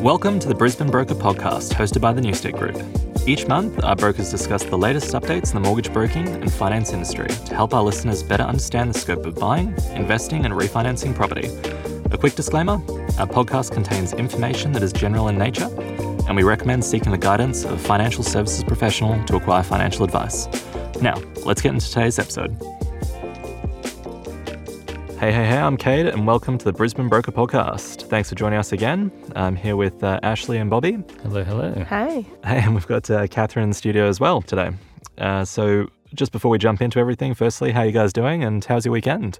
Welcome to the Brisbane Broker Podcast, hosted by the Newstead Group. Each month, our brokers discuss the latest updates in the mortgage broking and finance industry to help our listeners better understand the scope of buying, investing, and refinancing property. A quick disclaimer our podcast contains information that is general in nature, and we recommend seeking the guidance of a financial services professional to acquire financial advice. Now, let's get into today's episode. Hey, hey, hey, I'm Cade, and welcome to the Brisbane Broker Podcast. Thanks for joining us again. I'm here with uh, Ashley and Bobby. Hello, hello. Hi. Hey, and we've got uh, Catherine in the studio as well today. Uh, so, just before we jump into everything, firstly, how you guys doing and how's your weekend?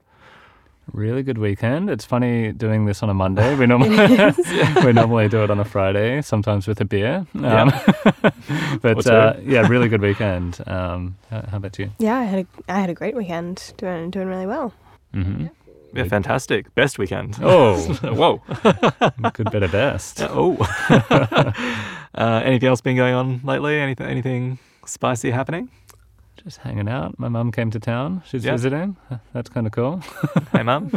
Really good weekend. It's funny doing this on a Monday. We normally we normally do it on a Friday, sometimes with a beer. Um, Or but two. uh, yeah, really good weekend. Um, h- how about you? Yeah, I had a, I had a great weekend. Doing doing really well. Mm-hmm. Yeah, fantastic. Best weekend. Oh, Whoa. good, better, best. oh. uh, anything else been going on lately? Anything, anything spicy happening? Just hanging out. My mum came to town. She's Yeah. visiting. That's kind of cool. Hey, mum.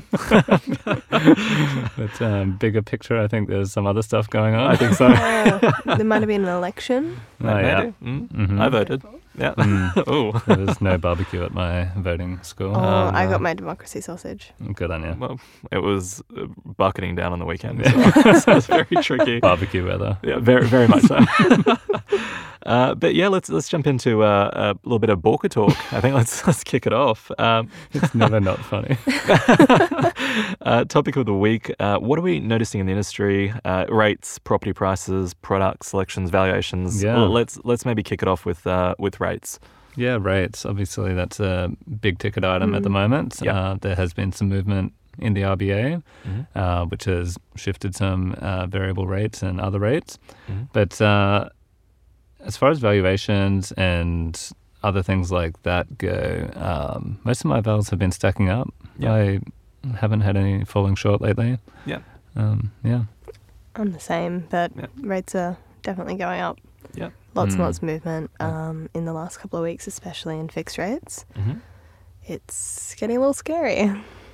But um, bigger picture, I think there's some other stuff going on. I think so. Uh, there might have been an election. Oh, yeah. Maybe. Mm. Mhm. I voted. Yeah. Mm. oh. there was no barbecue at my voting school. Um, Oh, I got my democracy sausage. Good on you. Well, it was uh, bucketing down on the weekend, so, so it's very tricky. Barbecue weather. Yeah, very, very much so. uh, but yeah, let's let's jump into uh, a little bit of Borka talk. I think let's let's kick it off. Um, It's never not funny. uh, topic of the week: uh, What are we noticing in the industry? Uh, rates, property prices, product selections, valuations. Yeah. Well, let's let's maybe kick it off with uh, with rates. Yeah, rates. Obviously, that's a big ticket item Mm. at the moment. Yep. Uh, there has been some movement in the RBA, Mhm. uh, which has shifted some uh, variable rates and other rates. Mhm. But uh, as far as valuations and other things like that go, um, most of my vals have been stacking up. Yeah. Mm-hmm. I haven't had any falling short lately. Yeah. Um, yeah. I'm the same, but Yeah. rates are definitely going up. Yep. Lots Mm. and lots of movement Yeah. um, in the last couple of weeks, especially in fixed rates. Mm-hmm. It's getting a little scary.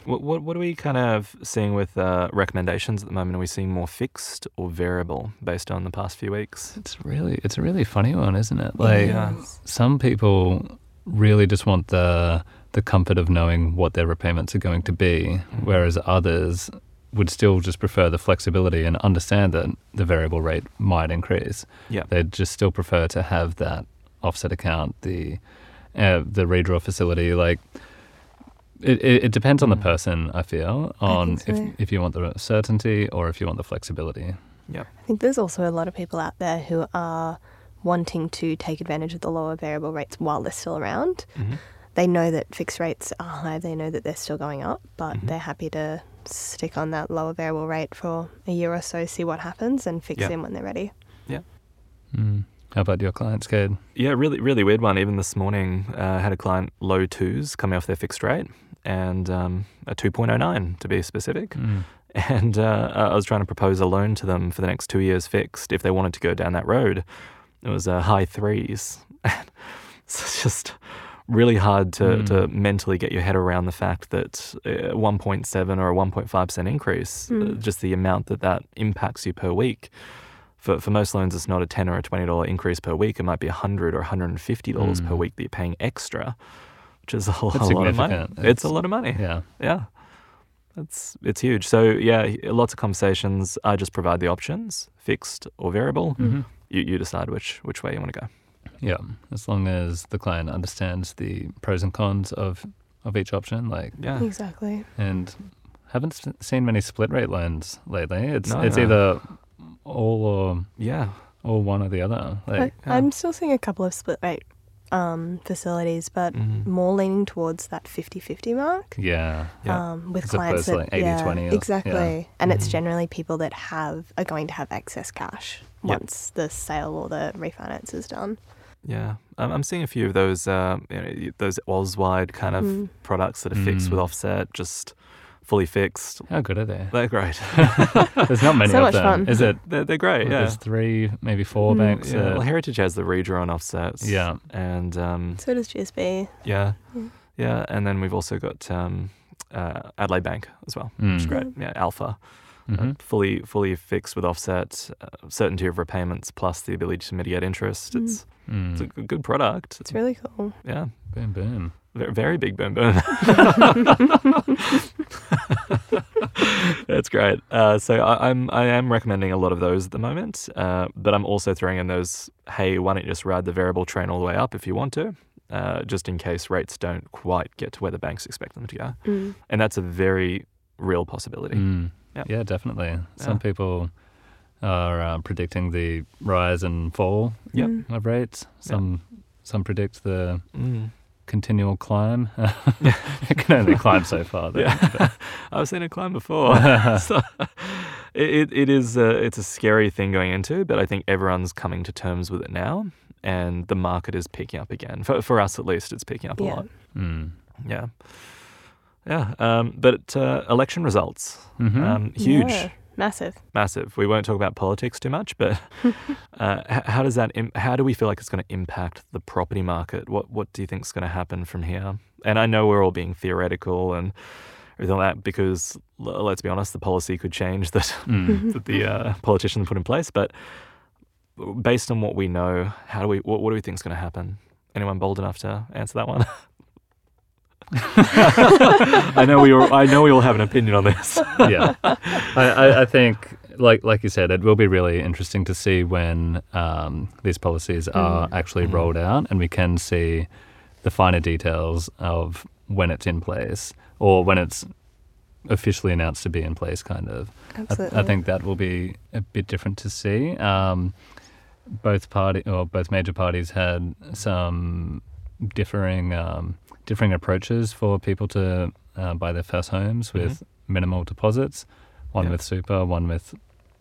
What, what what are we kind of seeing with uh, recommendations at the moment? Are we seeing more fixed or variable based on the past few weeks? It's really, it's a really funny one, isn't it? Like, Yeah. some people really just want the the comfort of knowing what their repayments are going to be, whereas others would still just prefer the flexibility and understand that the variable rate might increase. Yeah. They'd just still prefer to have that offset account, the uh, the redraw facility. Like it, it, it depends on the Mm. person. I feel I on think so. if if you want the certainty or if you want the flexibility. I think there's also a lot of people out there who are wanting to take advantage of the lower variable rates while they're still around. Mm-hmm. Mhm. they know that fixed rates are high, they know that they're still going up, but Mm-hmm. Mhm. they're happy to stick on that lower variable rate for a year or so, see what happens, and fix Yeah. in when they're ready. Mm. How about your clients, Cade? Yeah, really, really weird one. Even this morning, uh, I had a client low twos coming off their fixed rate and um, a 2.09 to be specific. Mm. And uh, I was trying to propose a loan to them for the next two years fixed if they wanted to go down that road. It was uh, high threes. so it's just really hard to, Mm. to mentally get your head around the fact that uh, 1.7 or a 1.5% increase, uh, Hmm. Mm. just the amount that that impacts you per week. For, for most loans, it's not a 10 or a $20 increase per week. It might be 100 or $150 per Mm. week that you're paying extra, which is a, That's lot of money. significant. It's a lot of money. Yeah. Yeah. That's it's huge. So yeah, lots of conversations. I just provide the options, fixed or variable. Mm-hmm. You, you decide which which way you want to go. Yeah, as long as the client understands the pros and cons of of each option, like Yeah. Exactly. and haven't s- seen many split rate loans lately. It's No. it's either all or Yeah. all one or the other. Like I, I'm still seeing a couple of split rate um, facilities, but Mm. Mhm. more leaning towards that 50 50 mark. yeah, Yeah. Um, with As opposed clients to that like 80/20 or- yeah. Mm-hmm. exactly, and it's Mhm. generally people that have are going to have excess cash Yep. once the sale or the refinance is done. Yeah. I'm, I'm seeing a few of those uh, you know, those Oswide kind of Mhm. products that are fixed with Mm. offset, just fully fixed. how good are they? They're great. There's not many So of much them. fun. Is it? they're, they're great. Yeah. There's three, maybe four Mm. banks. yeah. that- Well, Heritage has the redraw on offsets. yeah. And um, So does GSB. yeah, Yeah. yeah. And then we've also got um, uh, Adelaide Bank as well. Mm. It's great. Yeah, Alpha. Mhm. uh, fully fully fixed with offset, uh, certainty of repayments, plus the ability to mitigate interest. It's it's a Mm. g- good product. It's really cool. Yeah, Boom, boom. very, very big boom boom. That's great. Uh, so I, I'm I am recommending a lot of those at the moment, uh, but I'm also throwing in those. Hey, why don't you just ride the variable train all the way up if you want to, uh, just in case rates don't quite get to where the banks expect them to go. Mm. And that's a very real possibility. Mm. Yeah. Yeah, definitely. Some Yeah. people are uh, predicting the rise and fall Yep. Mm. of rates. Some some predict the Mm. continual climb. it can only climb so far. Though. Yeah, I've seen it climb before. so it, it, it is a, it's a scary thing going into, but I think everyone's coming to terms with it now, and the market is picking up again. For for us at least, it's picking up a Yeah. lot. Mm. Yeah, yeah. Um, but uh, election results, hmm um, huge, Yeah. Massive. massive. We won't talk about politics too much, but uh, h- how does that? Im- how do we feel like it's going to impact the property market? What What do you think is going to happen from here? And I know we're all being theoretical and everything like that because l- let's be honest, the policy could change that mm. that the uh, politicians put in place. But based on what we know, how do we? What, what do we think is going to happen? Anyone bold enough to answer that one? I know we all, I know we all have an opinion on this. yeah, I, I, I think, like like you said, it will be really interesting to see when um, these policies are actually Mm. rolled out, and we can see the finer details of when it's in place or when it's officially announced to be in place. Kind of, I, Absolutely. I think that will be a bit different to see. Um, both party or both major parties had some differing um, differing approaches for people to uh, buy their first homes with minimal deposits. One Mm-hmm. Yeah. with super, one with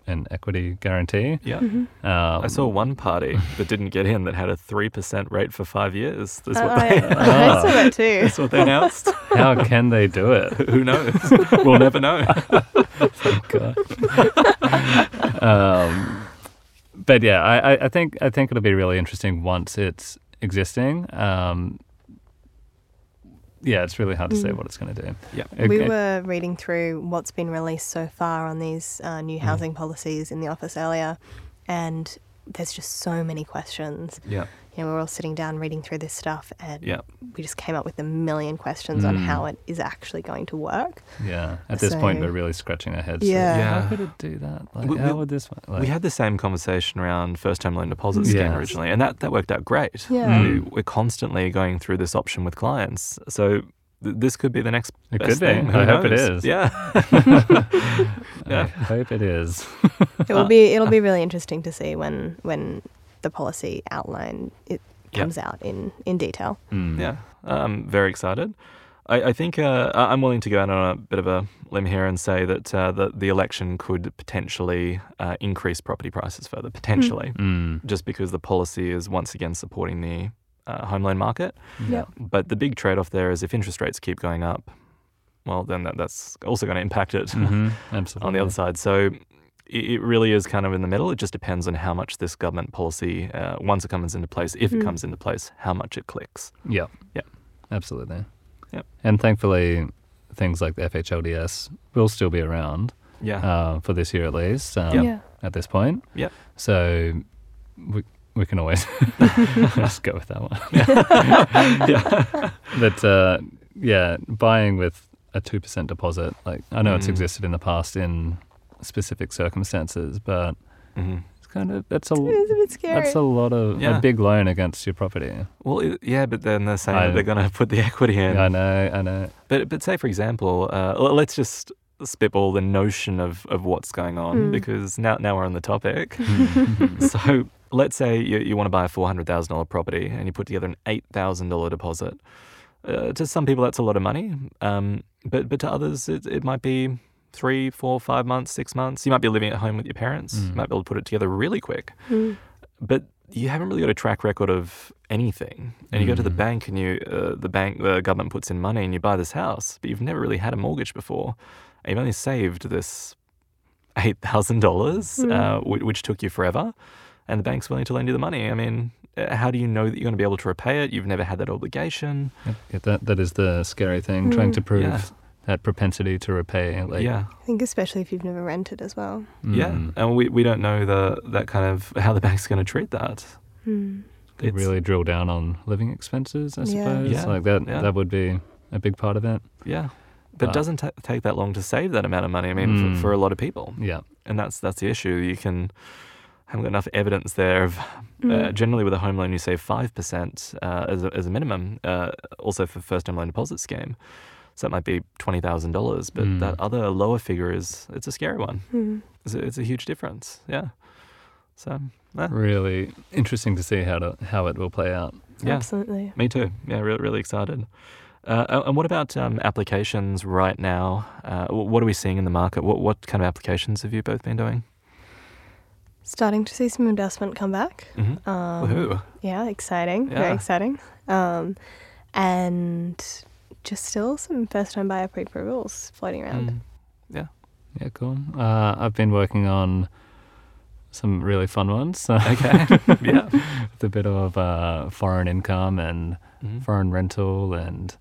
an equity guarantee. Yeah. Mhm. Um, I saw one party that didn't get in that had a three percent rate for five years. That's Oh, I, what they, I- I saw that too. that's what they announced. how can they do it? Who knows? we'll never know. God. um, but yeah, I, I- I think I think it'll be really interesting once it's existing. Um, yeah, it's really hard to say Mm. what it's going to do. Yep. It- We it- were reading through what's been released so far on these uh, Mm. new housing policies in the office earlier, and there's just so many questions. Yeah. You know, we were all sitting down reading through this stuff, and Yeah. we just came up with a million questions on Mm. how it is actually going to work. yeah, at this point, So- we're really scratching our heads. Yeah. Yeah. How could it do that? Like, We- how we- would this? Like, we had the same conversation around first home loan deposit scheme Yes. originally, and that, that worked out great. Yeah. We, Mm. we're constantly going through this option with clients. So th- this could be the next It best could be. thing. Who I hope it knows? is. Yeah. I hope it is. It Uh, will be it'll be really interesting to see when when the policy outline it Yeah. comes out in in detail. Mm. Yeah. I'm very excited. I, I think uh, I- I'm willing to go out on a bit of a limb here and say that uh, the, the election could potentially uh, increase property prices further, potentially, Mm. just because the policy is once again supporting the uh, home loan market. Yep. But the big trade off there is if interest rates keep going up, well, then that, that's also going to impact it Mhm. Absolutely. on the other side. So it, it really is kind of in the middle. It just depends on how much this government policy, uh, once it comes into place, if it Mm. comes into place, how much it clicks. Yeah. Yeah. Absolutely. Yep. And thankfully, things like the FHLDS will still be around Yeah. uh, for this year at least. Um, Yeah. At this point. Yep. So we we can always just go with that one. yeah. But uh, yeah, buying with a two percent deposit, like I know it's Mm. existed in the past in specific circumstances, but Mhm. it's kind of that's a It's a bit scary. that's a lot of Yeah. a big loan against your property. Well, it- yeah, but then they're saying I- that they're going to put the equity in. I know, I know. But but say for example, uh, l- let's just spitball the notion of, of what's going on Mm. because now now we're on the topic. so let's say you, you want to buy a four hundred thousand dollar property and you put together an eight thousand dollar deposit. Uh, to some people, that's a lot of money. Um, but but to others, it, it might be three, four, five months, six months. You might be living at home with your parents. You Mm. might be able to put it together really quick Mm. but you haven't really got a track record of anything. And you go to the Mm. bank and you, uh, the bank, the government puts in money and you buy this house, but you've never really had a mortgage before. And you've only saved this eight thousand dollars, uh, Mm. whi- which took you forever. And the bank's willing to lend you the money. I mean, uh, how do you know that you're going to be able to repay it? You've never had that obligation. Mm. Yep, yeah, that that is the scary thing, trying to prove Yeah. that propensity to repay. Like, mm. yeah. I think especially if you've never rented as well. Yeah. And we, we don't know the that kind of how the bank's going to treat that. Hmm. could It's- really drill down on living expenses, I Yeah. suppose. Yeah, Like that, yeah. that would be a big part of it. Yeah. But it But- doesn't ta take that long to save that amount of money. I mean, Mm. for, for a lot of people, Yeah. and that's that's the issue. You can haven't got enough evidence there of. Uh, Mm. generally, with a home loan, you save five percent uh, as a, as a minimum. Uh, also for first home loan deposit scheme, so that might be twenty thousand dollars. But Mm. that other lower figure is it's a scary one. Hmm. It's a, it's a huge difference. Yeah. So eh, Really interesting to see how to, how it will play out. yeah, Absolutely. me too. Yeah, really really excited. Uh, a- and what about um, applications right now? Uh, wh- what are we seeing in the market? What what kind of applications have you both been doing? Starting to see some investment come back. Mm-hmm. Um, Woohoo! Yeah, exciting. Very Yeah. exciting. Um, and just still some first time buyer pre approvals floating around. Mm. Yeah. Yeah, cool. Uh, I've been working on some really fun ones. Okay. yeah. With a bit of uh, foreign income and Mhm. foreign rental and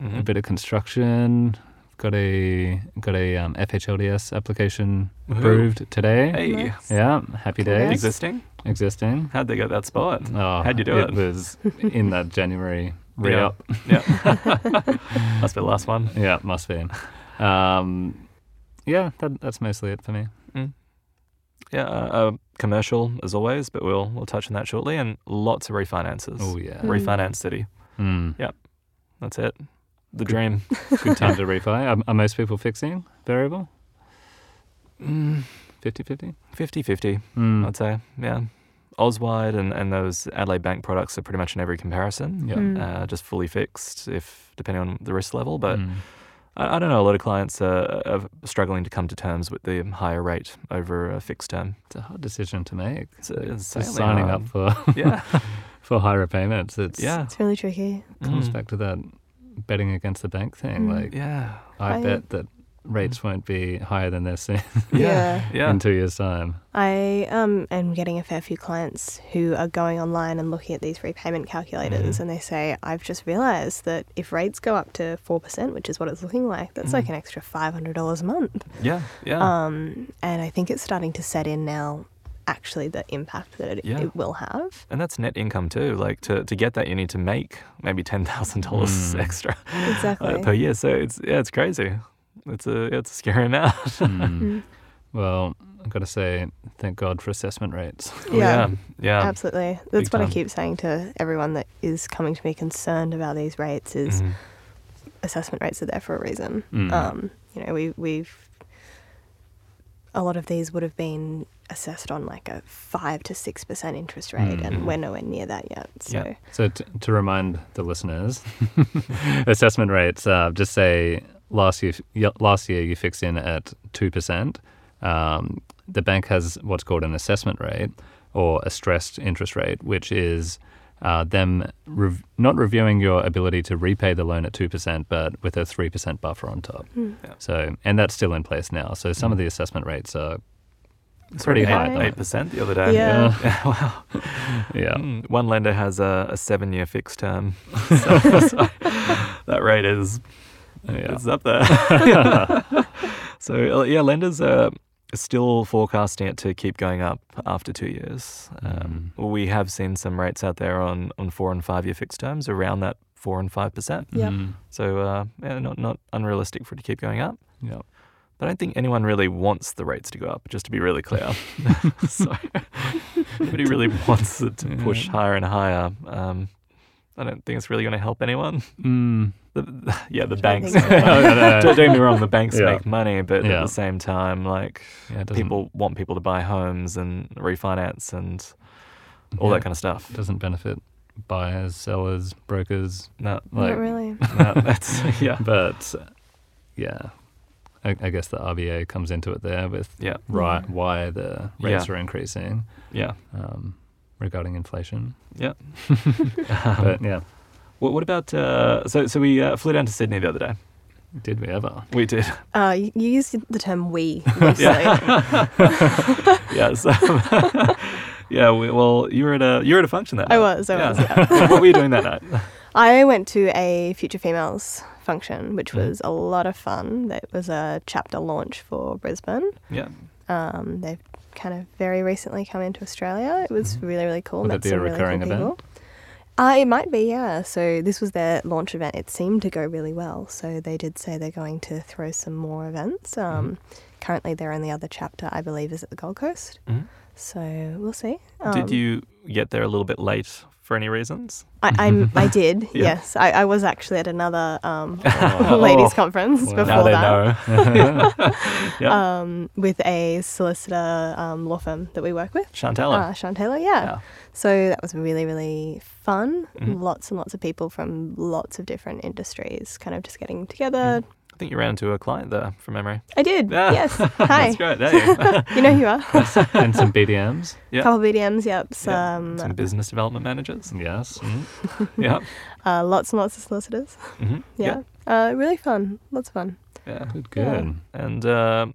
a Mhm. bit of construction. Got a got a um, FHLDS application Woohoo. approved today. Hey. Nice. Yeah, happy days. Congrats. Existing? Existing. How'd they get that spot? Oh, How'd you do it? was in that January re Yeah. up. Yeah. Must be the last one. Yeah, must be. Um, yeah, that, that's mostly it for me. Yeah, uh, uh, commercial as always, but we'll we'll touch on that shortly. And lots of refinances. Oh yeah. Mm. Refinance city. Mm. That's it. The dream. Good time to refi. Are, are most people fixing variable? Mm, 50-50? 50-50, Mm. I'd say. Yeah. Auswide and, and those Adelaide Bank products are pretty much in every comparison. yeah. Mm. Uh, just fully fixed, if depending on the risk level. But Mm. I, I don't know. A lot of clients are, are struggling to come to terms with the higher rate over a fixed term. It's a hard decision to make. It's, it's Just insanely signing hard. up for, yeah, for higher payments. It's, yeah. It's really tricky. comes Mm. back to that betting against the bank thing. Mm. Like, Yeah. I, I- bet that rates won't be higher than they're seen Yeah. Yeah. in two years' time. I um, am getting a fair few clients who are going online and looking at these repayment calculators Mhm. and they say, I've just realised that if rates go up to 4%, which is what it's looking like, that's like Mhm. an extra $500 a month. Yeah. Yeah. Um, and I think it's starting to set in now, actually, the impact that it, Yeah. it will have. and that's net income too. Like to, to get that, you need to make maybe ten thousand dollars Mm. extra Exactly. uh, per year. So it's yeah, it's crazy. It's a it's a scary amount. Mm. Mm. Well, I've got to say, thank God for assessment rates. yeah. Oh, Yeah. Absolutely. That's Big what time. I keep saying to everyone that is coming to me concerned about these rates is Mhm. assessment rates are there for a reason. Mm. Um, you know, we, we've a lot of these would have been assessed on like a five to six percent interest rate, Mm. and we're nowhere near that yet. So Mm-hmm. Yeah. So, t- to remind the listeners, assessment rates uh, just say last year, y- last year you fixed in at 2%. Um, the bank has what's called an assessment rate or a stressed interest rate, which is uh, them rev- not reviewing your ability to repay the loan at 2%, but with a 3% buffer on top. Mm. Yeah. So, and that's still in place now. So, some of Mm. the assessment rates are, It's Pretty already high, eight- though. Eight percent the other day. Yeah. wow. yeah. Mm. One lender has a, a seven year fixed term. So, so that rate is yeah. It's up there. so uh, yeah, lenders are still forecasting it to keep going up after two years. Um, Mm. We have seen some rates out there on, on four and five year fixed terms around that four and five percent. Yep. Mm. So uh, yeah, not not unrealistic for it to keep going up. Yeah. But I don't think anyone really wants the rates to go up. Just to be really clear, so nobody really wants it to push Yeah. higher and higher. Um, I don't think it's really going to help anyone. Mm. The, the- yeah, the I banks. think so. No, no, no. don't, don't get me wrong, the banks Yeah. make money, but at Yeah. the same time, like Yeah, it Mm-hmm. doesn't- people want people to buy homes and refinance and all yeah. that kind of stuff. doesn't benefit buyers, sellers, brokers. No, Like, not really. no, that's yeah, but uh, yeah, I, I guess the RBA comes into it there with yeah, right Yeah. why the rates Yeah. are increasing yeah. um, regarding inflation. Um, but yeah, what, what about uh, so? So we uh, flew down to Sydney the other day. did we ever? We did, Uh, you you used the term "we" loosely. yeah. So, yeah, we, well, you were at a you were at a function that I night. was, I Yeah. was, what were you doing that night? I went to a Future Females function, which Mm. was a lot of fun. It was a chapter launch for Brisbane. Yeah. Um, they've kind of very recently come into Australia. It was really, really cool. Mm-hmm. Would that Met be a some really cool recurring event? people. Uh, it might be, yeah. So this was their launch event. It seemed to go really well. So they did say they're going to throw some more events. Mm-hmm. Um, Currently, their only other chapter, I believe, is at the Gold Coast. Mm-hmm. Mhm. So we'll see. Um, Did you get there a little bit late for any reasons? I, I'm, I did, Yeah. yes. I, I was actually at another um, Oh. ladies' conference Wow. now before they that know. yeah. um, with a solicitor um, law firm that we work with. Chantelle. Uh, Sean Taylor, yeah. Oh. Yeah. So that was really, really fun. Mhm. Lots and lots of people from lots of different industries kind of just getting together. I think you ran into a client there from memory. I did, Mm-hmm. Yeah. yes. Hi. That's great. There you You know who you are. and some BDMs. Yeah. Couple BDMs, yep. Um, Yeah. Some, Some business development managers. Yes. Mm-hmm. Yeah. uh, lots and lots of solicitors. Mhm. Yeah. Uh, really fun. Lots of fun. Yeah. Yeah. Good. Yeah. Good. And uh,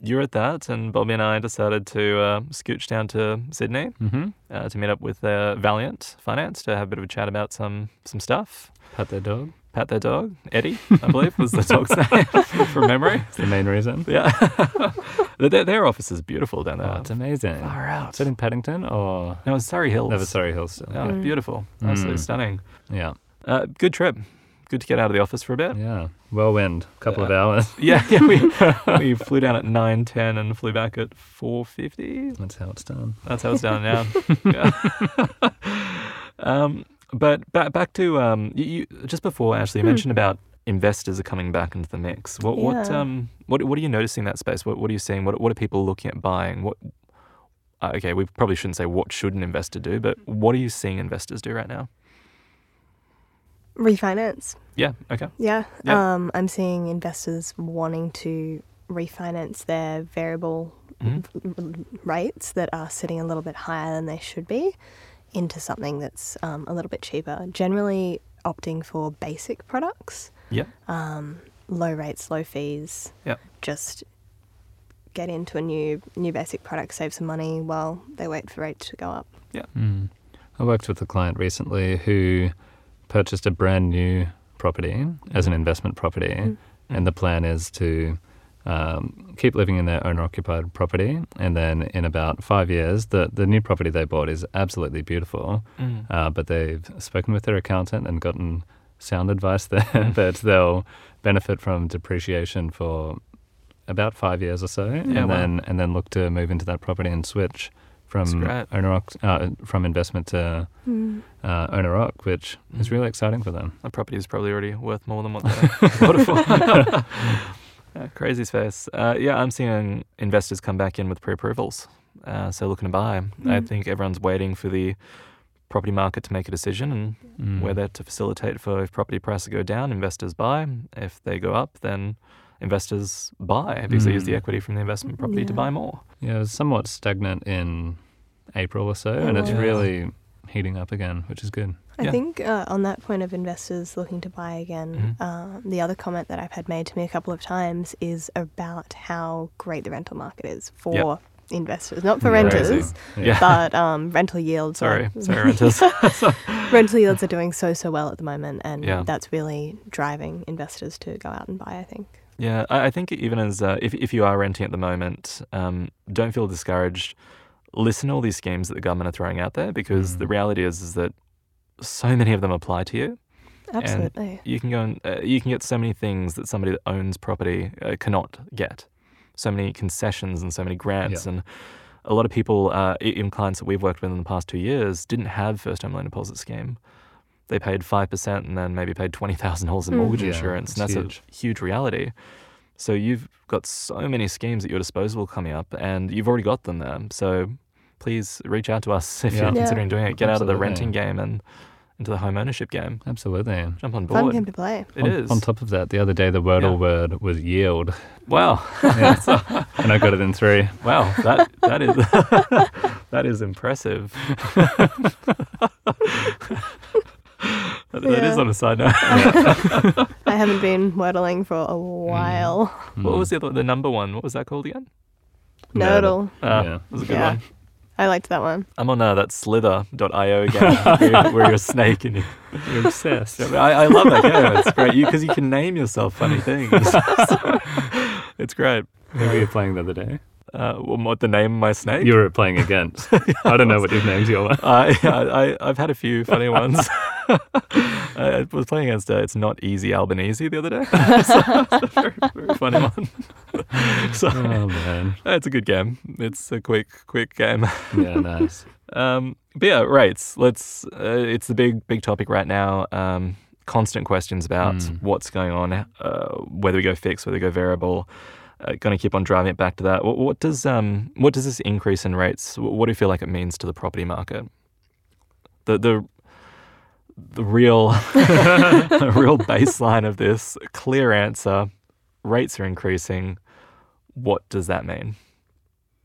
you were at that, and Bobby and I decided to uh, scooch down to Sydney Mm-hmm. uh, to meet up with uh, Valiant Finance to have a bit of a chat about some some stuff. Pat their dog. Pat their dog, Eddie, I believe, was the dog's name from memory. It's the main reason. Yeah. their, their office is beautiful down there. Oh, it's amazing. far out. Is it in Paddington or No, it's Surrey Hills. Never Surrey Hills still? Yeah, Mm. beautiful. Absolutely Mm. stunning. Yeah. Uh, good trip. Good to get out of the office for a bit. Yeah. Whirlwind. Couple of Yeah. hours. Yeah, yeah. We, we flew down at nine ten and flew back at four fifty. That's how it's done. That's how it's down now. Yeah. um, but back back to um, you, you just before Ashley, you mentioned about investors are coming back into the mix. What what Yeah. um what what are you noticing in that space? What what are you seeing? What what are people looking at buying? What uh, okay, we probably shouldn't say what should an investor do, but what are you seeing investors do right now? Refinance. Yeah. Okay. Yeah. Yeah. Um, I'm seeing investors wanting to refinance their variable Mhm. rates that are sitting a little bit higher than they should be into something that's um, a little bit cheaper. Generally, opting for basic products, Yeah. um, low rates, low fees. Yeah. Just get into a new new basic product, save some money while they wait for rates to go up. Mm. I worked with a client recently who purchased a brand new property as an investment property, and the plan is to um, keep living in their owner occupied property. And then in about five years, the, the new property they bought is absolutely beautiful, Mm. uh, but they've spoken with their accountant and gotten sound advice there that they'll benefit from depreciation for about five years or so, Yeah, and wow. then and then look to move into that property and switch That's from great. owner oc- uh, from investment to Hmm. uh, owner oc, which is Hmm. really exciting for them. That property is probably already worth more than what they bought it for. Yeah, crazy space. Uh, yeah, I'm seeing investors come back in with pre-approvals, uh, so looking to buy. I Mm. think everyone's waiting for the property market to make a decision, and Mm. we're there to facilitate for if property prices go down, investors buy. If they go up, then investors buy because they use the Mm. equity from the investment property to Yeah. buy more. yeah, it was somewhat stagnant in April or so, It and it's was. really heating up again, which is good. I Yeah. think uh, on that point of investors looking to buy again, Mm-hmm. uh, the other comment that I've had made to me a couple of times is about how great the rental market is for Yep. investors, not for Crazy. renters, Yeah. but um, rental yields. Sorry, Are, sorry, renters. rental yields are doing so so well at the moment, and Yeah. that's really driving investors to go out and buy. I think. Yeah, I, I think even as uh, if if you are renting at the moment, um, don't feel discouraged. Listen to all these schemes that the government are throwing out there because the Mm. reality is is that so many of them apply to you. Absolutely. You can go and uh, you can get so many things that somebody that owns property uh, cannot get. So many concessions and so many grants and. A lot of people, uh, i- in clients that we've worked with in the past two years, didn't have first home loan deposit scheme. They paid five percent and then maybe paid twenty thousand dollars in Mm. mortgage Yeah, insurance, and that's it's a huge reality. So you've got so many schemes at your disposal coming up, and you've already got them there. So please reach out to us if Yeah. you're Yeah. considering doing it. Get out of the Absolutely. renting game and into the home ownership game. Absolutely. Jump on Fun board. game to play. It on, is. on top of that, the other day the Wordle Yeah. word was yield, Wow, Yeah. and I got it in three. wow, that that is that is impressive. That- That is Yeah. on a side note. I haven't been wordling for a Mm. while. Hmm. Mm. What was the other, the number one? What was that called again? Nerdle. Nerdle. Uh, Yeah. that was a good Yeah. one. I I liked that one. I'm on uh, that slither.io game where, where you're a snake and Ah, you, You're obsessed. I, I love that game. It's great because you, can name yourself funny things. it's great. Who were you playing the other day? Uh, well, what the name of my snake? You were playing against. I don't know what you've named your one. uh, yeah, I, I've had a few funny ones. I was playing against uh, It's Not Easy Albanese the other day. so, it's a very, very funny one. so Oh man. uh, it's a good game. It's a quick, quick game. Yeah, nice. Um, but yeah, rates. Let's. Uh, it's the big, big topic right now. Um, constant questions about what's going on, uh, whether we go fixed, whether we go variable. Uh, going to keep on driving it back to that. What, what does um, what does this increase in rates? wh- What do you feel like it means to the property market? The the the real the real baseline of this clear answer: rates are increasing. What does that mean?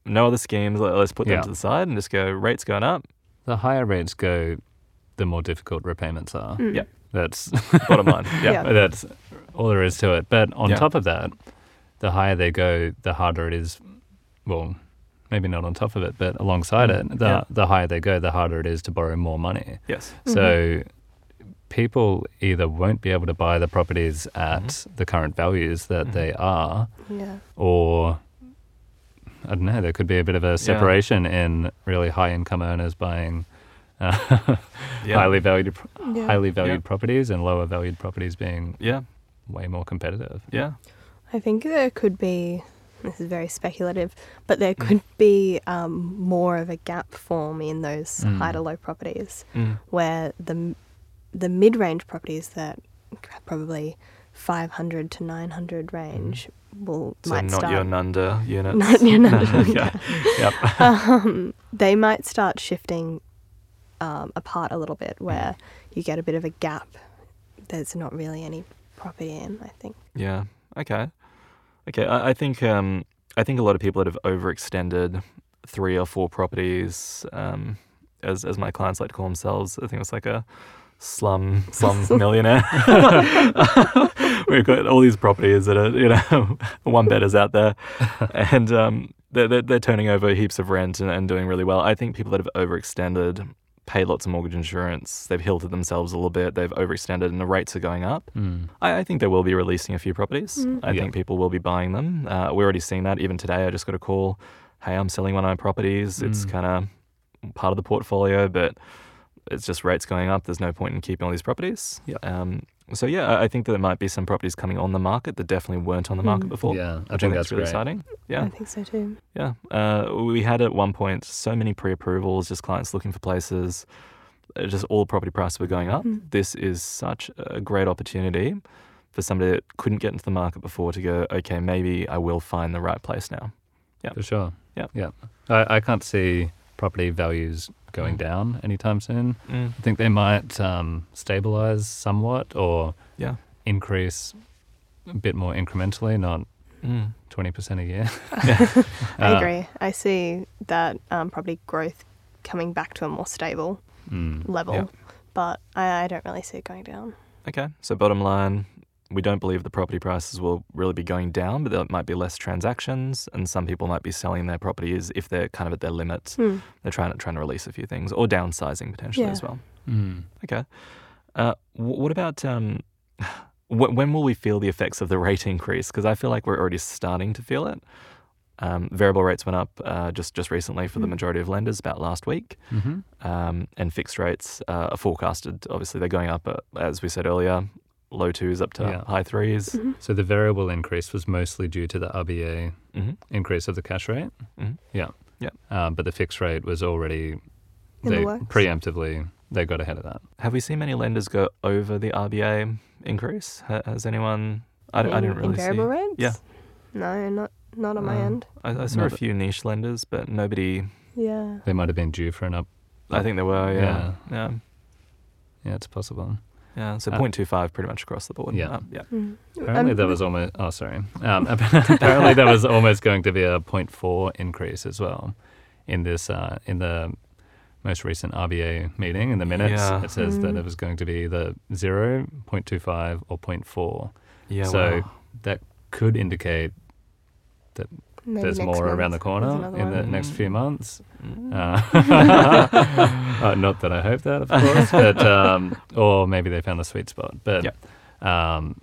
No other schemes. let- Let's put them Yeah. to the side and just go. Rates going up. The higher rates go, the more difficult repayments are. Mm. Yeah. That's Bottom line. Yeah. Yeah. that's all there is to it. But on Yeah. top of that, the higher they go, the harder it is. Well, maybe not on top of it, but alongside it, the Mm. yeah. the higher they go, the harder it is to borrow more money. Yes. So people either won't be able to buy the properties at the current values that they are, Yeah. or I don't know, there could be a bit of a separation in really high income earners buying uh, Yeah. highly valued Yeah. highly valued Yeah. properties and lower valued properties being Yeah. way more competitive. Yeah. I think there could be, this is very speculative, but there Mm. could be um, more of a gap form in those high to low properties Mm. where the, m- the mid range properties that are probably 500 to 900 range will Mm. So might not start. your Nunda units. Not your Nunda. yeah. Yep. they might start shifting um, apart a little bit where Mm. you get a bit of a gap. There's not really any property in, I think. Yeah. Okay. Okay. I, I think um, I think a lot of people that have overextended three or four properties, um, as as my clients like to call themselves, I think it's like a slum slum millionaire. We've got all these properties that are you know one betters out there, and um, they're, they're they're turning over heaps of rent and, and doing really well. I think people that have overextended. Pay lots of mortgage insurance. They've hilted themselves a little bit. They've overextended, and the rates are going up. Mm. I, I think they will be releasing a few properties. I Yeah. think people will be buying them. Uh, we're already seeing that. Even today, I just got a call. Hey, I'm selling one of my properties. Mm. It's kind of part of the portfolio, but it's just rates going up. There's no point in keeping all these properties. Yeah. Um, so yeah, I, I think that there might be some properties coming on the market that definitely weren't on the market before. Yeah, I which think that's really great. exciting. Yeah. I think so too. Yeah. Uh, we had at one point so many pre approvals, just clients looking for places, uh, just all property prices were going up. This is such a great opportunity for somebody that couldn't get into the market before to go, okay, maybe I will find the right place now. For sure. Yeah. Yeah. I, I can't see property values going down anytime soon. Mm. I think they might um, stabilize somewhat or Yeah. increase a bit more incrementally, not Mm. 20% a year. I Uh, agree. I see that um, probably growth coming back to a more stable Mm. level, Yeah. but I, I don't really see it going down. Okay. So, bottom line, we don't believe the property prices will really be going down, but there might be less transactions, and some people might be selling their properties if they're kind of at their limit. Hmm. They're trying to, trying to release a few things or downsizing potentially Yeah. as well. Mm. Okay. Uh, wh- what about um, wh- when will we feel the effects of the rate increase? Because I feel like we're already starting to feel it. Um, variable rates went up uh, just just recently Hmm. for the majority of lenders, about last week, hmm um, and fixed rates uh, are forecasted. Obviously, they're going up uh, as we said earlier, low twos up to Yeah. high 3s Mm-hmm. So the variable increase was mostly due to the RBA Mm-hmm. increase of the cash rate. Mhm. Yeah. Yeah. Um, but the fixed rate was already, the they works. preemptively, they got ahead of that. Have we seen many lenders go over the RBA increase? Ha- has anyone? I, d- I In- didn't really in variable see. rates. Yeah. No, not not on my Uh, end. I, I saw a Not that- few niche lenders, but nobody. Yeah. They might have been due for an up. I think there were. yeah. yeah. Yeah, it's possible. Yeah, so Uh, 0.25 pretty much across the board. yeah. Uh, yeah. Mm. Apparently, Um, there was almost. Oh, sorry. Um, apparently, there was almost going to be a 0.4 increase as well in this uh, in the most recent RBA meeting. In the minutes, Yeah. it says Hmm. that it was going to be either 0, 0.25, or 0.4. Yeah. so that could indicate that Maybe there's next more month around the is corner another in the one. Hmm. next few months. Mm. Uh, uh, not that I hope that, of course, but um, or maybe they found the sweet spot. But um,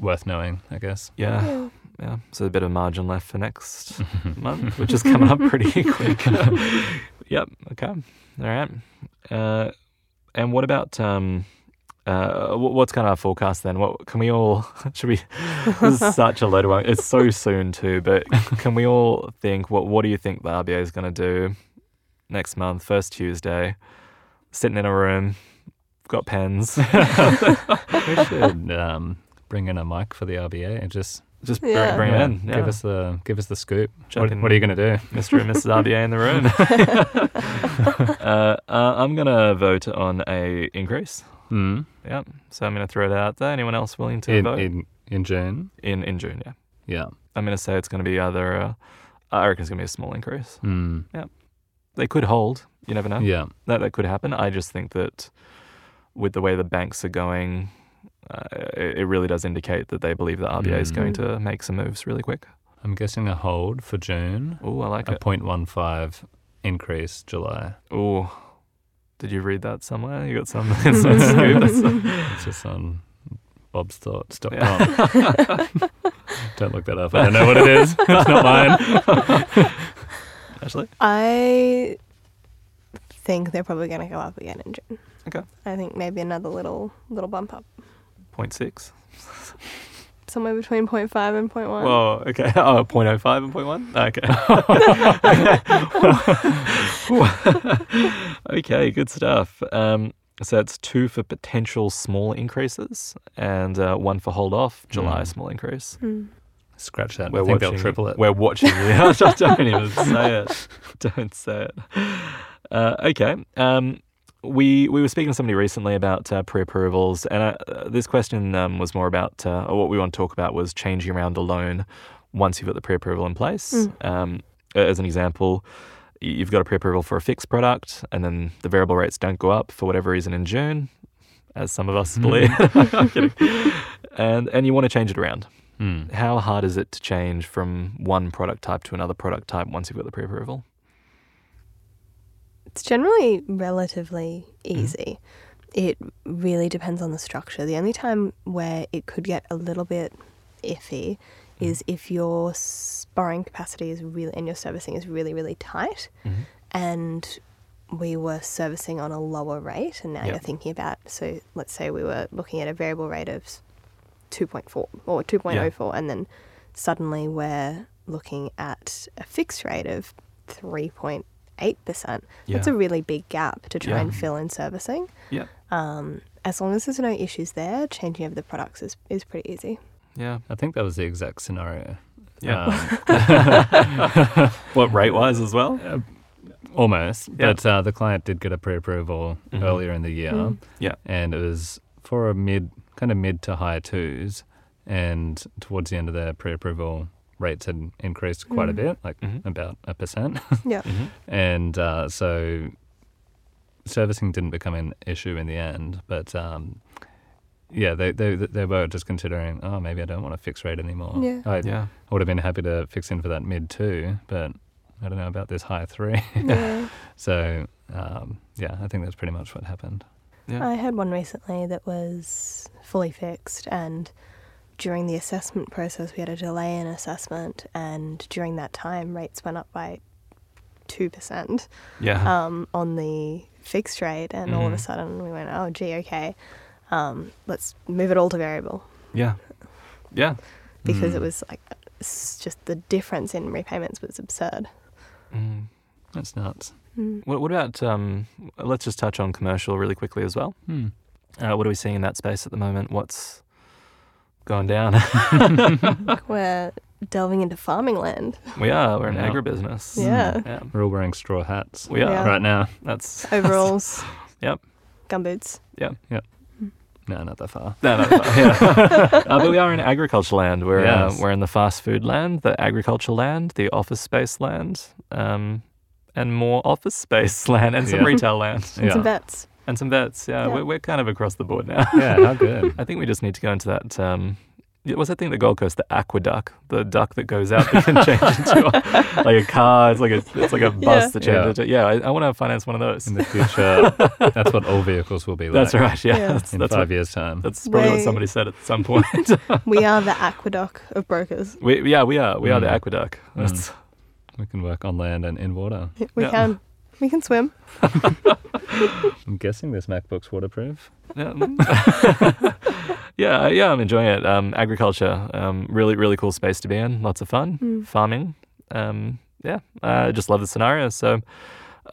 worth knowing, I guess. Yeah, Yeah. yeah. So a bit of margin left for next month, which is coming up pretty quick. yep. Okay. All right. Uh, and what about um, uh, wh- what's kind of our forecast then? What can we all? Should we? This is such a loaded one. It's so soon too, but can we all think? What What do you think the RBA is going to do next month? First Tuesday, sitting in a room, got pens. We should um, bring in a mic for the RBA and just Just Yeah. bring it yeah, in. give yeah. us the give us the scoop. Jump What, in. what are you going to do? Mr. and Mrs. RBA in the room. uh, uh, I'm gonna vote on a increase. Hmm. Yep. So I'm gonna throw that out there. Anyone else willing to In, vote in in June. in in June? Yeah. Yeah. I'm gonna say it's gonna be either. Uh, I reckon it's gonna be a small increase. Hmm. They could hold. You never know. Yeah. That that could happen. I just think that with the way the banks are going, uh, it, it really does indicate that they believe the RBA is Mm. going to make some moves really quick. I'm guessing a hold for June. Oh, I like A it. 0.15 increase July. Oh, did you read that somewhere? You got some, some scoop. That's- It's just on bobsthoughts.com. Yeah. oh, Don't look that up. I don't know what it is. It's not mine. Ashley? I think they're probably going to go up again in June. Okay. I think maybe another little little bump up, Point 0.6. somewhere between 0.5 and 0.1. Whoa, okay. Oh, 0.05 and Ah, 0.1? Okay. okay, good stuff. Um, so that's two for potential small increases and uh, one for hold off, July Mm. small increase. Mm. Scratch that. I think they'll triple it. We're watching you. Don't even say it. Don't say it. Uh, okay. Um, we we were speaking to somebody recently about uh, pre-approvals, and uh, uh, this question um, was more about uh, what we want to talk about was changing around a loan once you've got the pre-approval in place. Um, a- as an example, y- you've got a pre-approval for a fixed product, and then the variable rates don't go up for whatever reason in June, as some of us believe. I'm kidding. And and you want to change it around Hmm. how hard is it to change from one product type to another product type once you've got the pre-approval? It's generally relatively easy. It really depends on the structure. The only time where it could get a little bit iffy is if your s- borrowing capacity is really and your servicing is really really tight, Mm-hmm. and we were servicing on a lower rate, and now Yep. you're thinking about so let's say we were looking at a variable rate of s- 2.4 or 2.04 and then suddenly we're looking at a fixed rate of 3.8%. That's Yeah. a really big gap to try Yeah. and fill in servicing. Yeah, Um, as long as there's no issues there, changing over the products is, is pretty easy. yeah, I think that was the exact scenario. yeah. Um, what rate wise as well? almost. Yeah. But uh, the client did get a pre approval Mhm. earlier in the year. Mm. Yeah. And it was for a mid, kind of mid to high twos. And towards the end of their pre approval, rates had increased quite a Mm. bit, like Mhm. about a percent. Yeah. Mhm. and uh, so servicing didn't become an issue in the end. But um, yeah, they, they they were just considering, oh, maybe I don't want to fix rate anymore. Yeah. I, Yeah, I would have been happy to fix in for that mid two, but I don't know about this high three. yeah. so um, yeah, I think that's pretty much what happened. yeah, I had one recently that was fully fixed, and during the assessment process, we had a delay in assessment, and during that time, rates went up by 2% yeah. um, on the fixed rate, and all of a Mhm. sudden, we went, oh, gee, okay, um, let's move it all to variable yeah, yeah. Hmm. because it Mm. was like s just the difference in repayments was absurd. Mm. That's nuts. Mm. What, what about? Um, let's just touch on commercial really quickly as well. Hmm. Uh, what are we seeing in that space at the moment? What's going down? We're delving into farming land. we are. We're an Yeah. agribusiness. Yeah. yeah. We're all wearing straw hats We are. Yeah. right now. That's Overalls. Yep. Gumboots. No, not that far. No, no, no, yeah. uh, but we are in agriculture land. We're uh, Yes. we're in the fast food land, the agriculture land, the office space land, um, and more office space land, and some Yeah. retail land, And some Yeah. vets. and some vets. Yeah, Yeah. We're, we're kind of across the board now. yeah, how good. I think we just need to go into that um, Yeah, What's that thing at the Gold Coast? The aqueduct, the duck that goes out that can change into a, like a car. It's like a it's like a bus Yeah. that Yeah. changes. Yeah, I, I want to finance one of those. in the future. that's what all vehicles will be like. That's right. Yeah, Yeah. that's, In that's five what, years' time. that's probably what Wait. somebody said at some point. We are the aqueduct of brokers. we, yeah, we are we are the Mm. aqueduct. That's We can work on land and in water. We Yeah. can we can swim. I'm guessing this MacBook's waterproof. Yeah, mm. yeah, yeah, I'm enjoying it. Um, agriculture, um, really, really cool space to be in. Lots of fun. Mm. Farming. Um, yeah, I just love the scenario. So,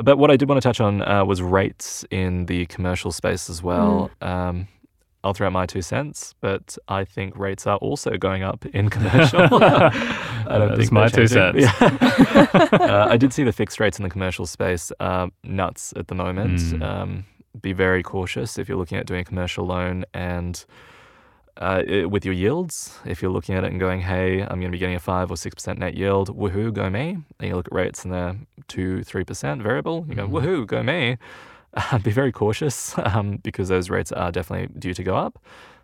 but what I did want to touch on uh, was rates in the commercial space as well. Um, I'll throw out my two cents, but I think rates are also going up in commercial. I That's they're Uh, my changing. two cents. Yeah. uh, I did see the fixed rates in the commercial space uh, nuts at the moment. Mm. Um, be very cautious if you're looking at doing a commercial loan and uh, i- with your yields. If you're looking at it and going, hey, I'm going to be getting a 5 or 6% net yield, woohoo, go me. And you look at rates and they're 2 3% variable, you go, Mhm. woohoo, go me. Uh, be very cautious um, because those rates are definitely due to go up.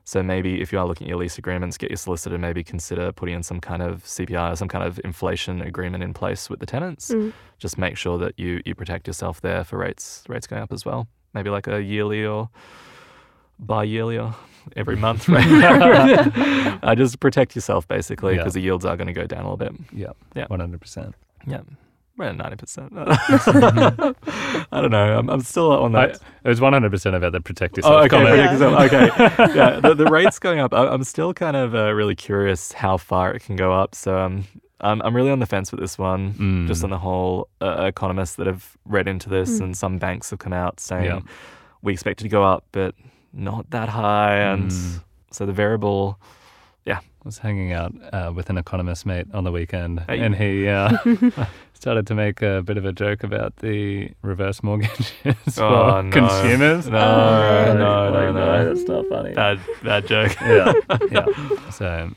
So maybe if you are looking at your lease agreements, get your solicitor maybe consider putting in some kind of CPI or some kind of inflation agreement in place with the tenants Mm. just make sure that you you protect yourself there for rates rates going up as well. Maybe like a yearly or bi-yearly or every month. Right? uh, just protect yourself basically Yeah. because the yields are going to go down a little bit. Yeah. 100%. Yeah. We're at ninety percent. I don't know. I'm, I'm still on I, that. it was 100% about the protect yourself Oh, okay. comment. predict yourself. Okay. Yeah. The, the rates going up. I, I'm still kind of uh, really curious how far it can go up. So um, I'm I'm really on the fence with this one. Mm. just on the whole, uh, economists that have read into this, and some banks have come out saying Yeah. we expect it to go up, but not that high. And Mm. so the variable, I was hanging out uh, with an economist mate on the weekend, Hey. and he uh, started to make a bit of a joke about the reverse mortgages for Oh, no. consumers. No, Like, no, no, like, no. that's not funny. bad, bad joke. yeah, yeah. So,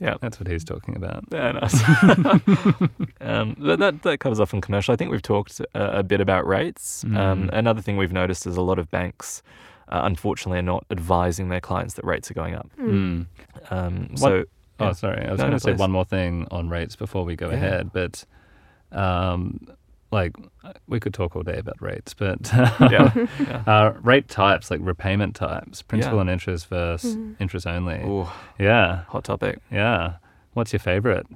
Yeah. that's what he's talking about. Yeah, nice. um, but that, that covers off on commercial. I think we've talked uh, a bit about rates. Um, Mm. another thing we've noticed is a lot of banks, uh, unfortunately, are not advising their clients that rates are going up. Hmm. Mm. Um, What- so, Yeah. Oh, sorry. I was No, no, going to say please. one more thing on rates before we go Yeah. ahead, but um, like we could talk all day about rates, but yeah. yeah. uh, rate types, like repayment types, principal and interest versus interest only. Ooh, Yeah, hot topic. yeah. What's your favorite?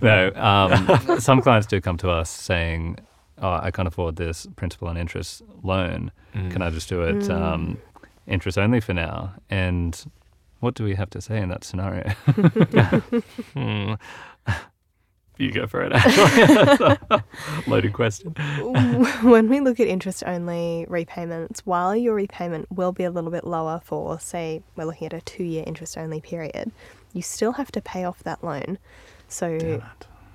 no, um, some clients do come to us saying, oh, I can't afford this principal and interest loan. Can I just do it um, interest only for now? And what do we have to say in that scenario? Hmm. You go for it, actually. Loaded question. Hmm. when we look at interest only repayments, while your repayment will be a little bit lower for, say, we're looking at a two year interest only period, you still have to pay off that loan. So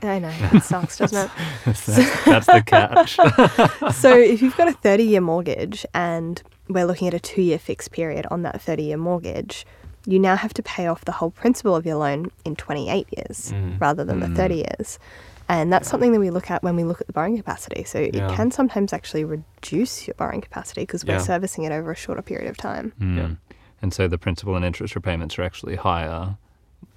I know, it sucks, doesn't it? that's, that's the catch. So if you've got a 30 year mortgage and we're looking at a two year fixed period on that 30 year mortgage, you now have to pay off the whole principal of your loan in 28 years Mm. rather than the 30 years. And that's something that we look at when we look at the borrowing capacity. So it Yeah. can sometimes actually reduce your borrowing capacity because we're Yeah. servicing it over a shorter period of time. Mm. Yeah. And so the principal and interest repayments are actually higher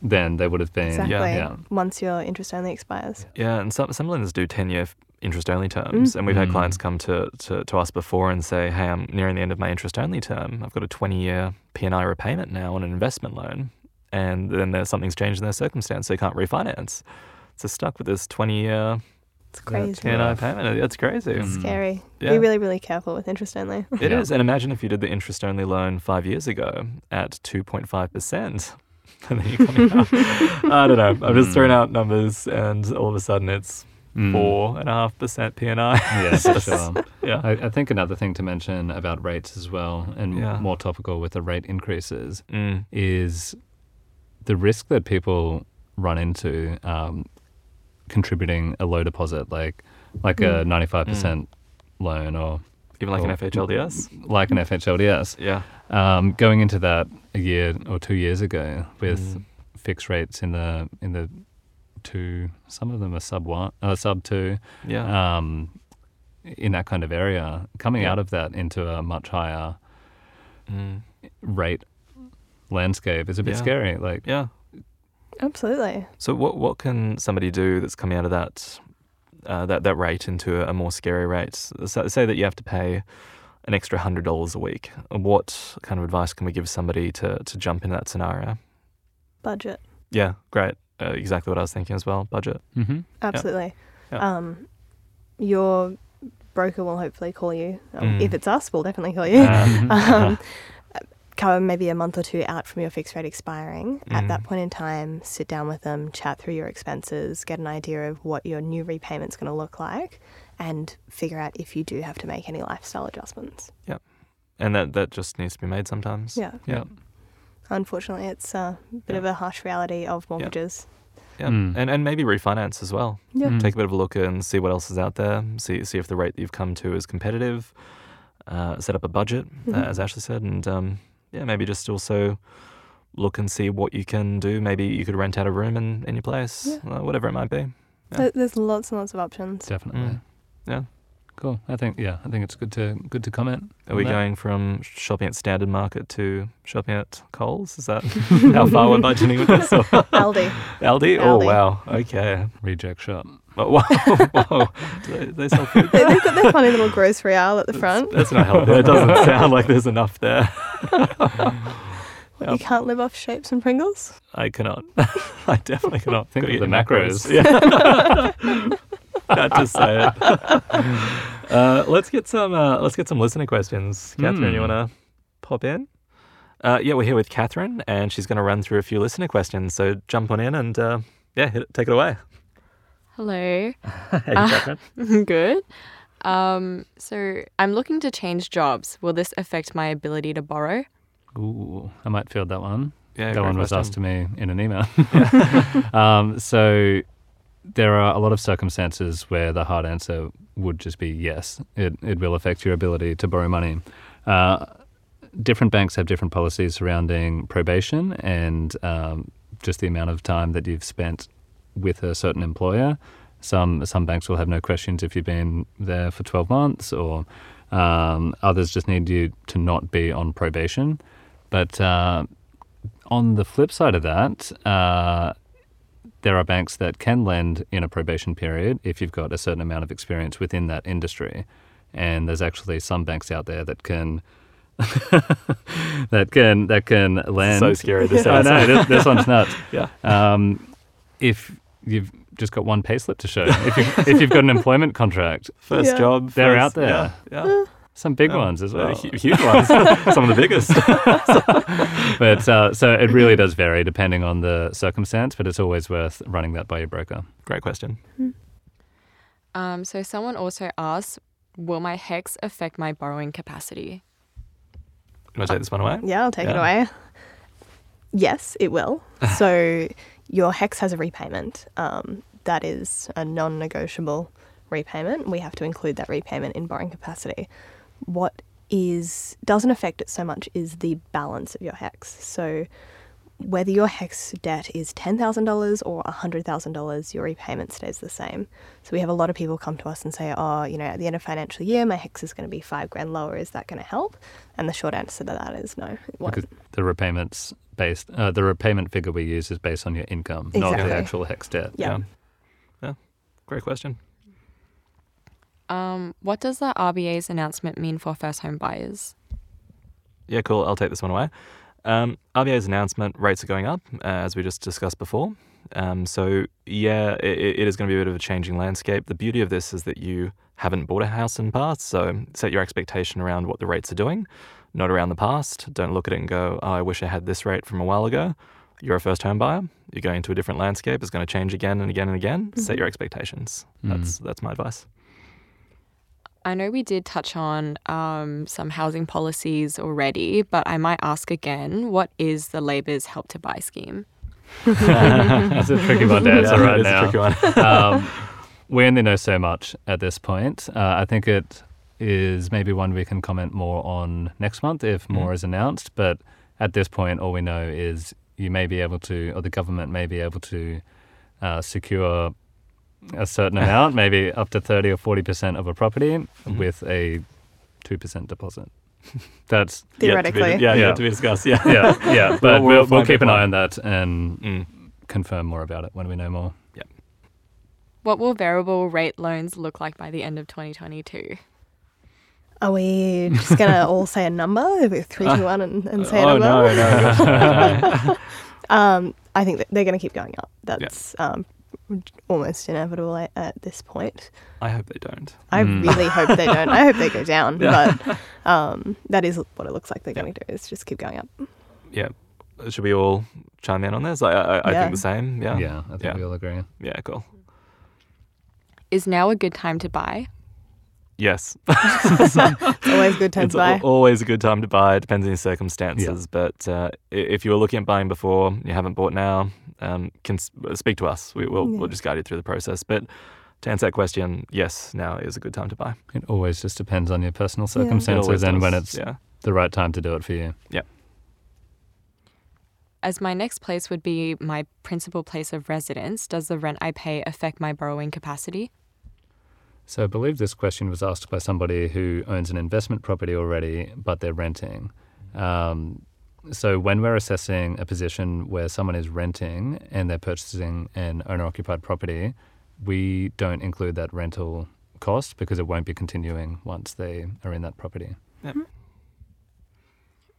than they would have been. Exactly. Yeah. Once your interest only expires. Yeah, and some some lenders do ten year interest only terms, and we've had Mm. clients come to, to to us before and say, "Hey, I'm nearing the end of my interest only term. I've got a twenty year P&I repayment now on an investment loan, and then there's something's changed in their circumstance, so they can't refinance. So stuck with this twenty year It's crazy. P&I payment. That's crazy. Mm. Scary. Yeah. Be really, really careful with interest only. It is, Yeah. and imagine if you did the interest only loan five years ago at two point five percent. And then you come out. I don't know. I'm just throwing out numbers, and all of a sudden it's Mm. four and a half percent PNI. Yeah, for sure. yeah. I, I think another thing to mention about rates as well, and Yeah. more topical with the rate increases, Mm. is the risk that people run into um, contributing a low deposit, like like a ninety five percent loan or Even like an Or- FHLDS. like an FHLDS. Yeah. um, going into that a year or two years ago with fixed rates in the in the two some of them are sub one uh, sub two Yeah. um, in that kind of area coming Yeah. out of that into a much higher Mm. rate landscape is a bit Yeah. scary. Like, Yeah. Absolutely. So what what can somebody do that's coming out of that uh, that that rate into a, a more scary rate? So, say that you have to pay an extra hundred dollars a week. What kind of advice can we give somebody to to jump into that scenario? Budget. Yeah, great. Uh, exactly what I was thinking as well. Budget. hmm Absolutely. Yeah. Um, your broker will hopefully call you. Um, Mm. If it's us, we'll definitely call you. Um, um, cover maybe a month or two out from your fixed rate expiring. At Mm. that point in time, sit down with them, chat through your expenses, get an idea of what your new repayment's going to look like, and figure out if you do have to make any lifestyle adjustments. and that that just needs to be made sometimes. Yeah. Yeah. Unfortunately, it's uh, a bit Yeah. of a harsh reality of mortgages. Yeah. Mm. And and maybe refinance as well. Yeah. Mm. Take a bit of a look and see what else is out there. See see if the rate that you've come to is competitive. Uh, set up a budget, uh, Mhm. as Ashley said, and um, yeah, maybe just also look and see what you can do. Maybe you could rent out a room in, in your place, uh, whatever it might be. Yeah. There- There's lots and lots of options. Definitely. Mm. Yeah. Cool. I think yeah, I think it's good to good to comment. Are on we that. going from shopping at Standard Market to shopping at Coles? Is that how far we're budgeting with this? Or Aldi. Aldi? Oh Aldi. wow. Okay. reject shop? Whoa. whoa, whoa. Do they, they sell food? They- They've got their funny little grocery aisle at the front. That's not healthy. That doesn't sound like there's enough there. You can't live off shapes and Pringles. I cannot. I definitely cannot Think Gotta of get the your Yeah. macros. Not to say it. Uh, let's get some. Uh, let's get some listener questions. Catherine, you Hmm. want to pop in? Uh, yeah, we're here with Catherine, and she's going to run through a few listener questions. So jump on in and uh, yeah, hit it, take it away. Hello. Hey, Ah. Catherine. Good. Um, so I'm looking to change jobs. Will this affect my ability to borrow? Ooh, I might field that one. Yeah, that great one was question. asked to me in an email. um, so there are a lot of circumstances where the hard answer would just be yes. It it will affect your ability to borrow money. Uh, different banks have different policies surrounding probation and um, just the amount of time that you've spent with a certain employer. Some some banks will have no questions if you've been there for 12 months, or um, others just need you to not be on probation. But uh, on the flip side of that, uh, there are banks that can lend in a probation period if you've got a certain amount of experience within that industry. And there's actually some banks out there that can that can that can lend. So scary to say. I know this, this one's nuts. Yeah. Um, if you've just got one payslip to show, if you if you've got an employment contract, First Yeah. job. They're first- out there. Yeah. Eh, yeah. some big Yeah. ones as Uh, well. hu- huge ones. Some of the biggest. but uh, so it really does vary depending on the circumstance, but it's always worth running that by your broker. Great question. Um, so someone also asks, will my hex affect my borrowing capacity? You want to take this one away? Yeah, I'll take it Yeah. away. Yes, it will. so your hex has a repayment. Um, that is a non-negotiable repayment. We have to include that repayment in borrowing capacity. What is doesn't affect it so much is the balance of your hex. So whether your hex debt is $10,000 or $100,000, your repayment stays the same. So we have a lot of people come to us and say, oh, you know, at the end of financial year, my hex is going to be five grand lower. Is that going to help? And the short answer to that is no, it won't. Because the repayments based uh, the repayment figure we use is based on your income, not Exactly. the actual hex debt. Yeah. Yeah. Yeah. Great question. Um, what does the RBA's announcement mean for first home buyers? Yeah, cool. I'll take this one away. Um, RBA's announcement rates are going up, uh, as we just discussed before. Um, so, yeah, i i- it is going to be a bit of a changing landscape. The beauty of this is that you haven't bought a house in the past, so set your expectation around what the rates are doing, not around the past. Don't look at it and go, oh, I wish I had this rate from a while ago. You're a first home buyer. You're going to a different landscape. It's going to change again and again and again. Mm-hmm. Set your expectations. That's that's my advice. I know we did touch on um, some housing policies already, but I might ask again what is the Labor's Help to Buy scheme? That's a tricky one to answer Yeah, right it is a now. tricky one. um, we only know so much at this point. Uh, I think it is maybe one we can comment more on next month Mm-hmm. if more is announced. But at this point, all we know is you may be able to, or the government may be able to, uh, secure a certain Mm-hmm. amount, maybe up to 30 or 40% of a property with a 2% deposit. That's Theoretically. yeah, yeah, Yeah. to be discussed. Yeah, yeah, yeah. But we'll we'll, we'll find keep it an out. eye on that and Mm. confirm more about it when we know more. What will variable rate loans look like by the end of 2022? Are we just going to all say a number? If we're Three, two, one, and, and say a oh number? no, no, no. Um, I think that they're going to keep going up. That's um, almost inevitable at, at this point. I hope they don't. I Mm. really hope they don't. I hope they go down. Hmm. Yeah. But um, that is what it looks like they're going to do is just keep going up. Yeah, should we all chime in on this? I, I, I Yeah. think the same. Yeah, Yeah, I think Yeah. we all agree. yeah, cool. Is now a good time to buy? Yes, It's always good times it's by. al- always a good time to buy. It depends on your circumstances, but uh, i- if you were looking at buying before, you haven't bought now, um, can s- speak to us. We, we'll Yeah. we'll just guide you through the process. But to answer that question, yes, now is a good time to buy. It always just depends on your personal Yeah. It always It always circumstances and when does, it's yeah. the right time to do it for you. As my next place would be my principal place of residence, does the rent I pay affect my borrowing capacity? So I believe this question was asked by somebody who owns an investment property already, but they're renting. Um, so when we're assessing a position where someone is renting and they're purchasing an owner-occupied property, we don't include that rental cost because it won't be continuing once they are in that property. Hmm?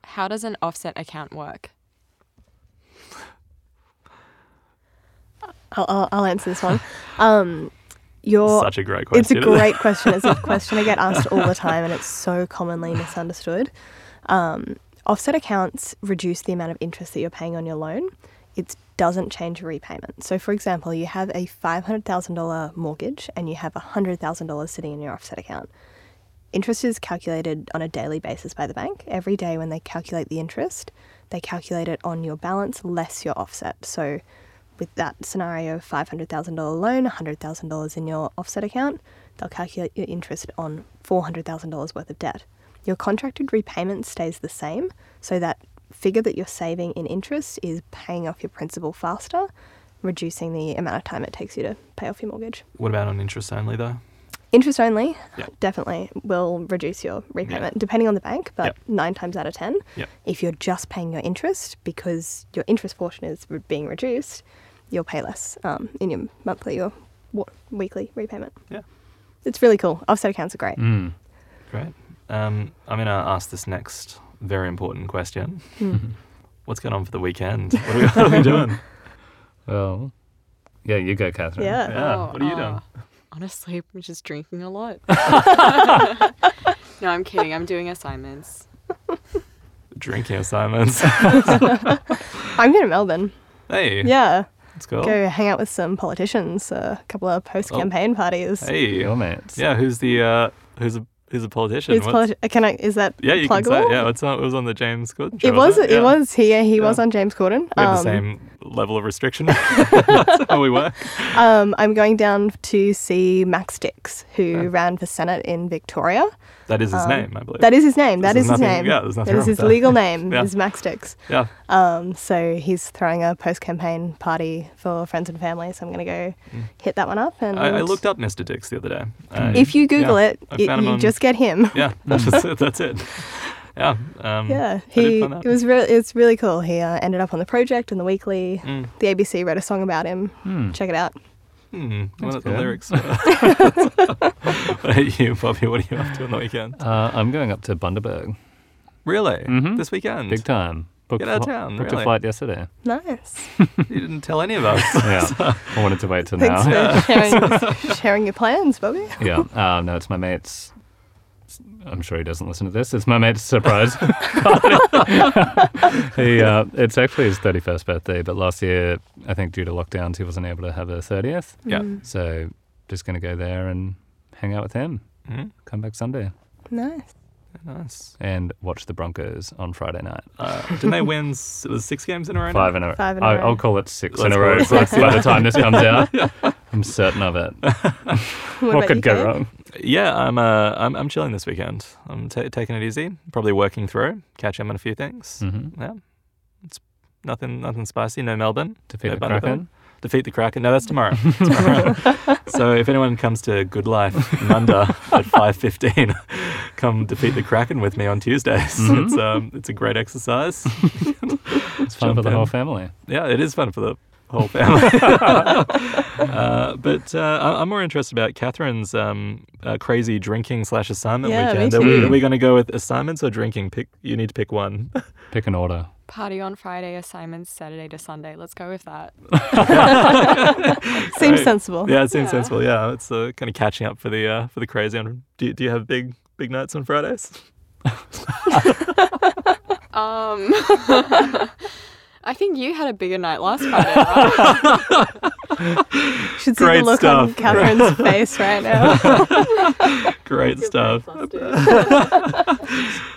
How does an offset account work? I'll, I'll, I'll answer this one. Um, your Such a great question. it's a isn't it? great question. It's a question I get asked all the time, and it's so commonly misunderstood. Um, offset accounts reduce the amount of interest that you're paying on your loan. It doesn't change your repayment. So, for example, you have a five hundred thousand dollar mortgage, and you have hundred thousand dollars sitting in your offset account. Interest is calculated on a daily basis by the bank. Every day when they calculate the interest, they calculate it on your balance less your offset. So, with that scenario, $500,000 loan, $100,000 in your offset account, they'll calculate your interest on $400,000 worth of debt. Your contracted repayment stays the same, so that figure that you're saving in interest is paying off your principal faster, reducing the amount of time it takes you to pay off your mortgage. What about on interest only though? Interest only Yeah. definitely will reduce your repayment, depending on the bank, but Yeah. nine times out of 10, Yeah. if you're just paying your interest because your interest portion is re- being reduced, you'll pay less um, in your monthly or wa- weekly repayment. Yeah. It's really cool. Offset accounts are great. Mm. Great. Um, I'm going to ask this next very important question. Mm. What's going on for the weekend? What are we, what are we doing? Well, yeah, you go, Catherine. Yeah. Yeah. what are you doing? uh, Honestly, I'm just drinking a lot. no, I'm kidding. I'm doing assignments. Drinking assignments. I'm going to Melbourne. hey. Yeah. That's cool. Go hang out with some politicians, uh, a couple of post campaign parties. Oh. Hey. Your mates. Yeah. Who's the uh, who's a who's a politician? Who's What's- politi- can I, is that yeah, you can say. pluggable? Yeah. It's on, it was on the James Corden. It show, was, wasn't it Yeah. was, he, yeah, he was Yeah. on James Corden. We have the Um, same level of restriction. That's how we work. Um, I'm going down to see Max Dix, who ran for Senate in Victoria. That is his Um, name, I believe. That is his name. That There's is his nothing- name. yeah, there's nothing that wrong is his with that. legal name. Yeah. Is Max Dix. yeah. Um, so he's throwing a post-campaign party for friends and family. So I'm going to go hit that one up. And Mm. I, I looked up Mr. Dix the other day. I- If you Google yeah, it, I it found him you on- just get him. Yeah. That's it. That's it. Yeah. Um, Yeah, I did he find that. it was really it's really cool. He uh, ended up on the project and the weekly. Mm. The ABC wrote a song about him. Hmm. Check it out. Hmm. What That's are the good. lyrics? what are you, Bobby? What are you up to on the weekend? Uh, I'm going up to Bundaberg. Really? Mhm. This weekend? Big time. Booked, Mm. Get out of fli- town, booked really. a flight yesterday. Nice. You didn't tell any of us. yeah. I wanted to wait till Thanks now. for sharing, sharing your plans, Bobby. Yeah. Um, no, it's my mate's. I'm sure he doesn't listen to this. It's my mate's surprise. he, uh, it's actually his 31st birthday, but last year, I think due to lockdowns, he wasn't able to have a 30th. yeah. Mm. So just going to go there and hang out with him. Mhm. Come back Sunday Nice. Nice. and watch the Broncos on Friday night. Uh, didn't they win? s- It was six games in a row. now? Five in a row. Five in a I- row. I'll call it 6 Let's in a call row it by the time this comes out. I'm certain of it. What, what about could you, go Kate? wrong? Yeah, I'm. Uh, I'm. I'm chilling this weekend. I'm ta taking it easy. Probably working through, catching up on a few things. hmm Yeah. It's nothing. Nothing spicy. No Melbourne. Defeat No the Bundaberg. Kraken. Defeat the Kraken. No, that's tomorrow. Tomorrow. so if anyone comes to Good Life Munda at five fifteen, come defeat the Kraken with me on Tuesdays. Mm-hmm. It's um, it's a great exercise. It's fun for Jump the whole in. family. yeah, it is fun for the whole family. uh, but uh, I- I'm more interested about Catherine's um, uh, crazy drinking slash assignment Yeah, me weekend. Are we, too. are we going to go with assignments or drinking? Pick. You need to pick one. Pick an order. Party on Friday, assignments Saturday to Sunday. Let's go with that. Seems Right. sensible. yeah, it seems Yeah. sensible. Yeah, it's uh, kind of catching up for the uh, for the crazy. On do you, do you have big big nights on Fridays? Um, I think you had a bigger night last Friday. Right? Should see Great the look on stuff. Catherine's face right now. Great stuff.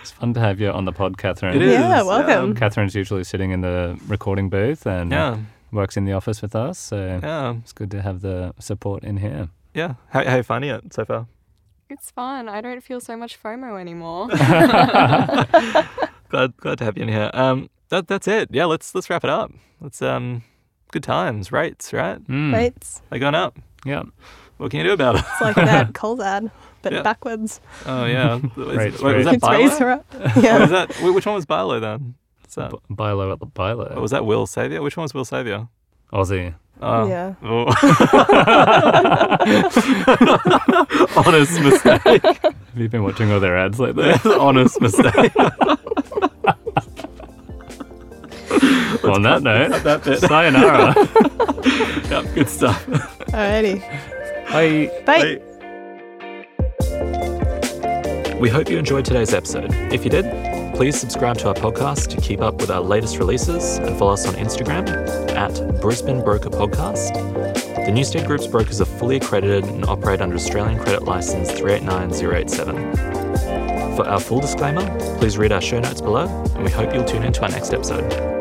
It's fun to have you on the pod, Catherine. It is. Um, Yeah, welcome. Catherine's usually sitting in the recording booth and Yeah, works in the office with us. So yeah, it's good to have the support in here. yeah. How how are you finding it so far? It's fun. I don't feel so much FOMO anymore. glad glad to have you in here. Um, that that's it. Yeah, let's let's wrap it up. Let's um, good times, rates, right? Mm, Rates. They're going up. Yeah. What can you do about it? It's like that Coles ad, but Yeah. backwards. Oh yeah, Is- Rates, wait, was rates. that Oh, It's Bilo? razor up. Or Yeah. was that wh- which one was Bilo then? Is that, B- buy low at the buy or low. was that Will Savior? Which one was Will Savior? Aussie. Oh. Yeah. Oh. honest mistake. Have you been watching all their ads lately? honest mistake. On that note, That bit. sayonara. Yep, good stuff. Alrighty. Bye. Bye. Bye. We hope you enjoyed today's episode. If you did, please subscribe to our podcast to keep up with our latest releases and follow us on Instagram at Brisbane Broker Podcast. The Newstead Group's brokers are fully accredited and operate under Australian Credit License 389087. For our full disclaimer, please read our show notes below, and we hope you'll tune in to our next episode.